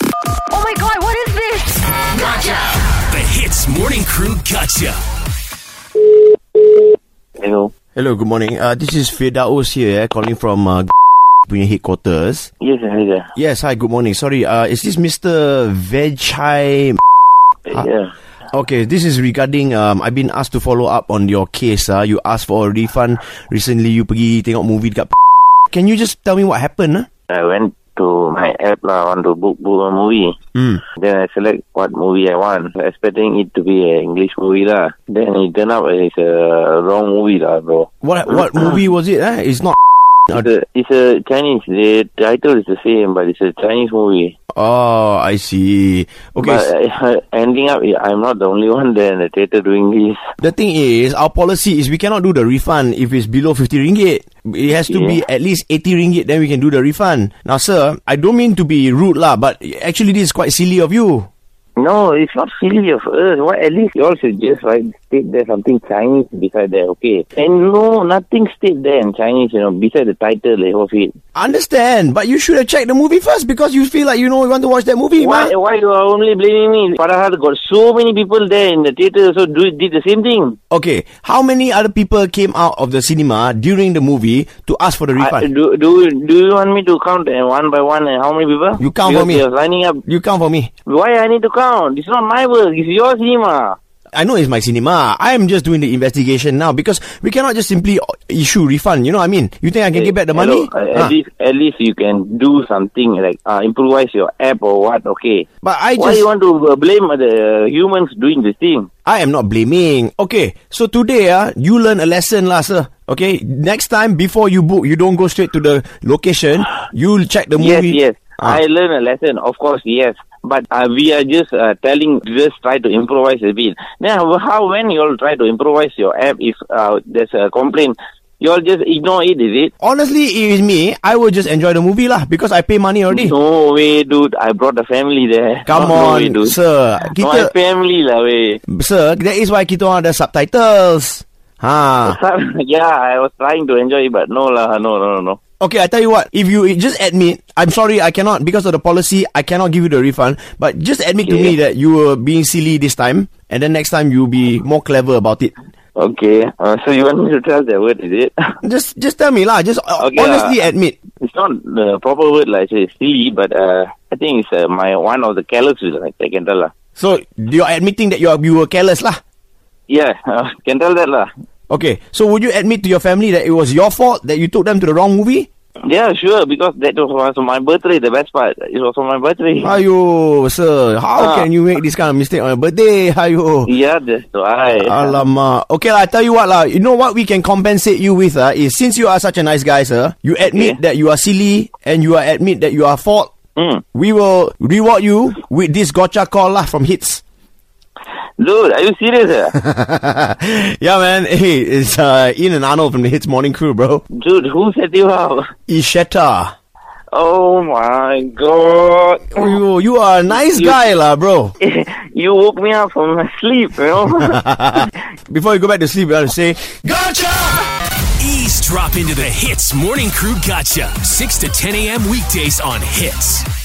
Oh my god, what is this? The Hits Morning Crew Gotcha. Hello. Hello, good morning. Uh, this is Firdaus here, eh, calling from uh, punya headquarters. Yes, hi there. Yes, hi, good morning. Sorry, uh, is this Mr. Vejai? Ah. Uh, yeah. Okay, this is regarding, um, I've been asked to follow up on your case. Uh, you asked for a refund. Recently, you pergi tengok movie dekat Can you just tell me what happened? uh? Huh? I went to my app lah, want to book book a movie. Hmm. Then I select what movie I want, expecting it to be an English movie lah. Then it turned out it's a wrong movie lah, bro. What what movie was it? Eh? It's not. It's a, it's a Chinese. The title is the same, but it's a Chinese movie. Oh, I see. Okay, But uh, ending up, I'm not the only one there in the theater doing this. The thing is, our policy is we cannot do the refund if it's below 50 ringgit. It has to be at least 80 ringgit, then we can do the refund. Now, sir, I don't mean to be rude lah, but actually this is quite silly of you. No, it's not silly of us. Why at least you all should just like state there something Chinese beside there, okay? And no, nothing state there in Chinese, you know, beside the title of it. Understand, but you should have checked the movie first because you feel like you know you want to watch that movie, Why, man. why you are only blaming me? Parahar got so many people there in the theater, so do did the same thing. Okay, how many other people came out of the cinema during the movie to ask for the I, refund? do do do you want me to count uh, one by one and how many people? You count Because for me. You're lining up. you count for me. Why I need to count? It's not my work. It's your ah. cinema. I know it's my cinema. I am just doing the investigation now because we cannot just simply issue refund. You know what I mean? You think I can get back the money? Hello, uh, Ah. At least at least you can do something like uh, improvise your app or what. Okay. But I Why just- you want to uh, blame the humans doing this thing? I am not blaming. Okay, so today ah, you learn a lesson lah, sir. Okay, next time before you book, you don't go straight to the location. You'll check the Yes, movie. yes. Ah. I learned a lesson, of course, yes. But uh, we are just uh, telling, just try to improvise a bit. Now, how when you all try to improvise your app, if uh, there's a complaint, you all just ignore it, is it? Honestly, if it's me, I will just enjoy the movie lah because I pay money already. No way, dude. I brought the family there. Eh. Come No, on, no way, dude. sir. My Kita, family lah, way. sir, that is why kita orang ada subtitles. Ha. yeah, I was trying to enjoy it, but no lah, no, no, no, no. Okay, I tell you what. If you just admit, I'm sorry, I cannot because of the policy. I cannot give you the refund. But just admit to Okay. me that you were being silly this time, and then next time you'll be more clever about it. Okay, uh, so you want me to tell the word, is it? Just just tell me lah. Just uh, Okay, honestly uh, admit. it's not the proper word, like say silly, but uh, I think it's uh, my one of the calluses, like I can tell lah. So you're admitting that you are, you were careless lah. Yeah, uh, can tell that lah. Okay. So would you admit to your family that it was your fault that you took them to the wrong movie? Yeah, sure, because that was was my birthday, the best part. It was on my birthday. Ayo, sir. How Ah. can you make this kind of mistake on your birthday? Ayo. yeah, that's why. Alamak. Okay, lah, I tell you what, lah. You know what we can compensate you with, uh, is since you are such a nice guy, sir, you admit Okay. that you are silly and you are admit that you are fault. Mm. We will reward you with this gotcha call, lah, from Hits. Dude, are you serious? ah? yeah, man. Hey, it's uh, Ian and Arnold from the Hits Morning Crew, bro. Dude, who set you up? Isheta. Oh my god. Oh, you, you are a nice You- guy, lah, bro. you woke me up from my sleep, you know? Before you go back to sleep, you want to say, Ease drop into the Hits Morning Crew Gotcha. 6 to 10 a.m. weekdays on Hits.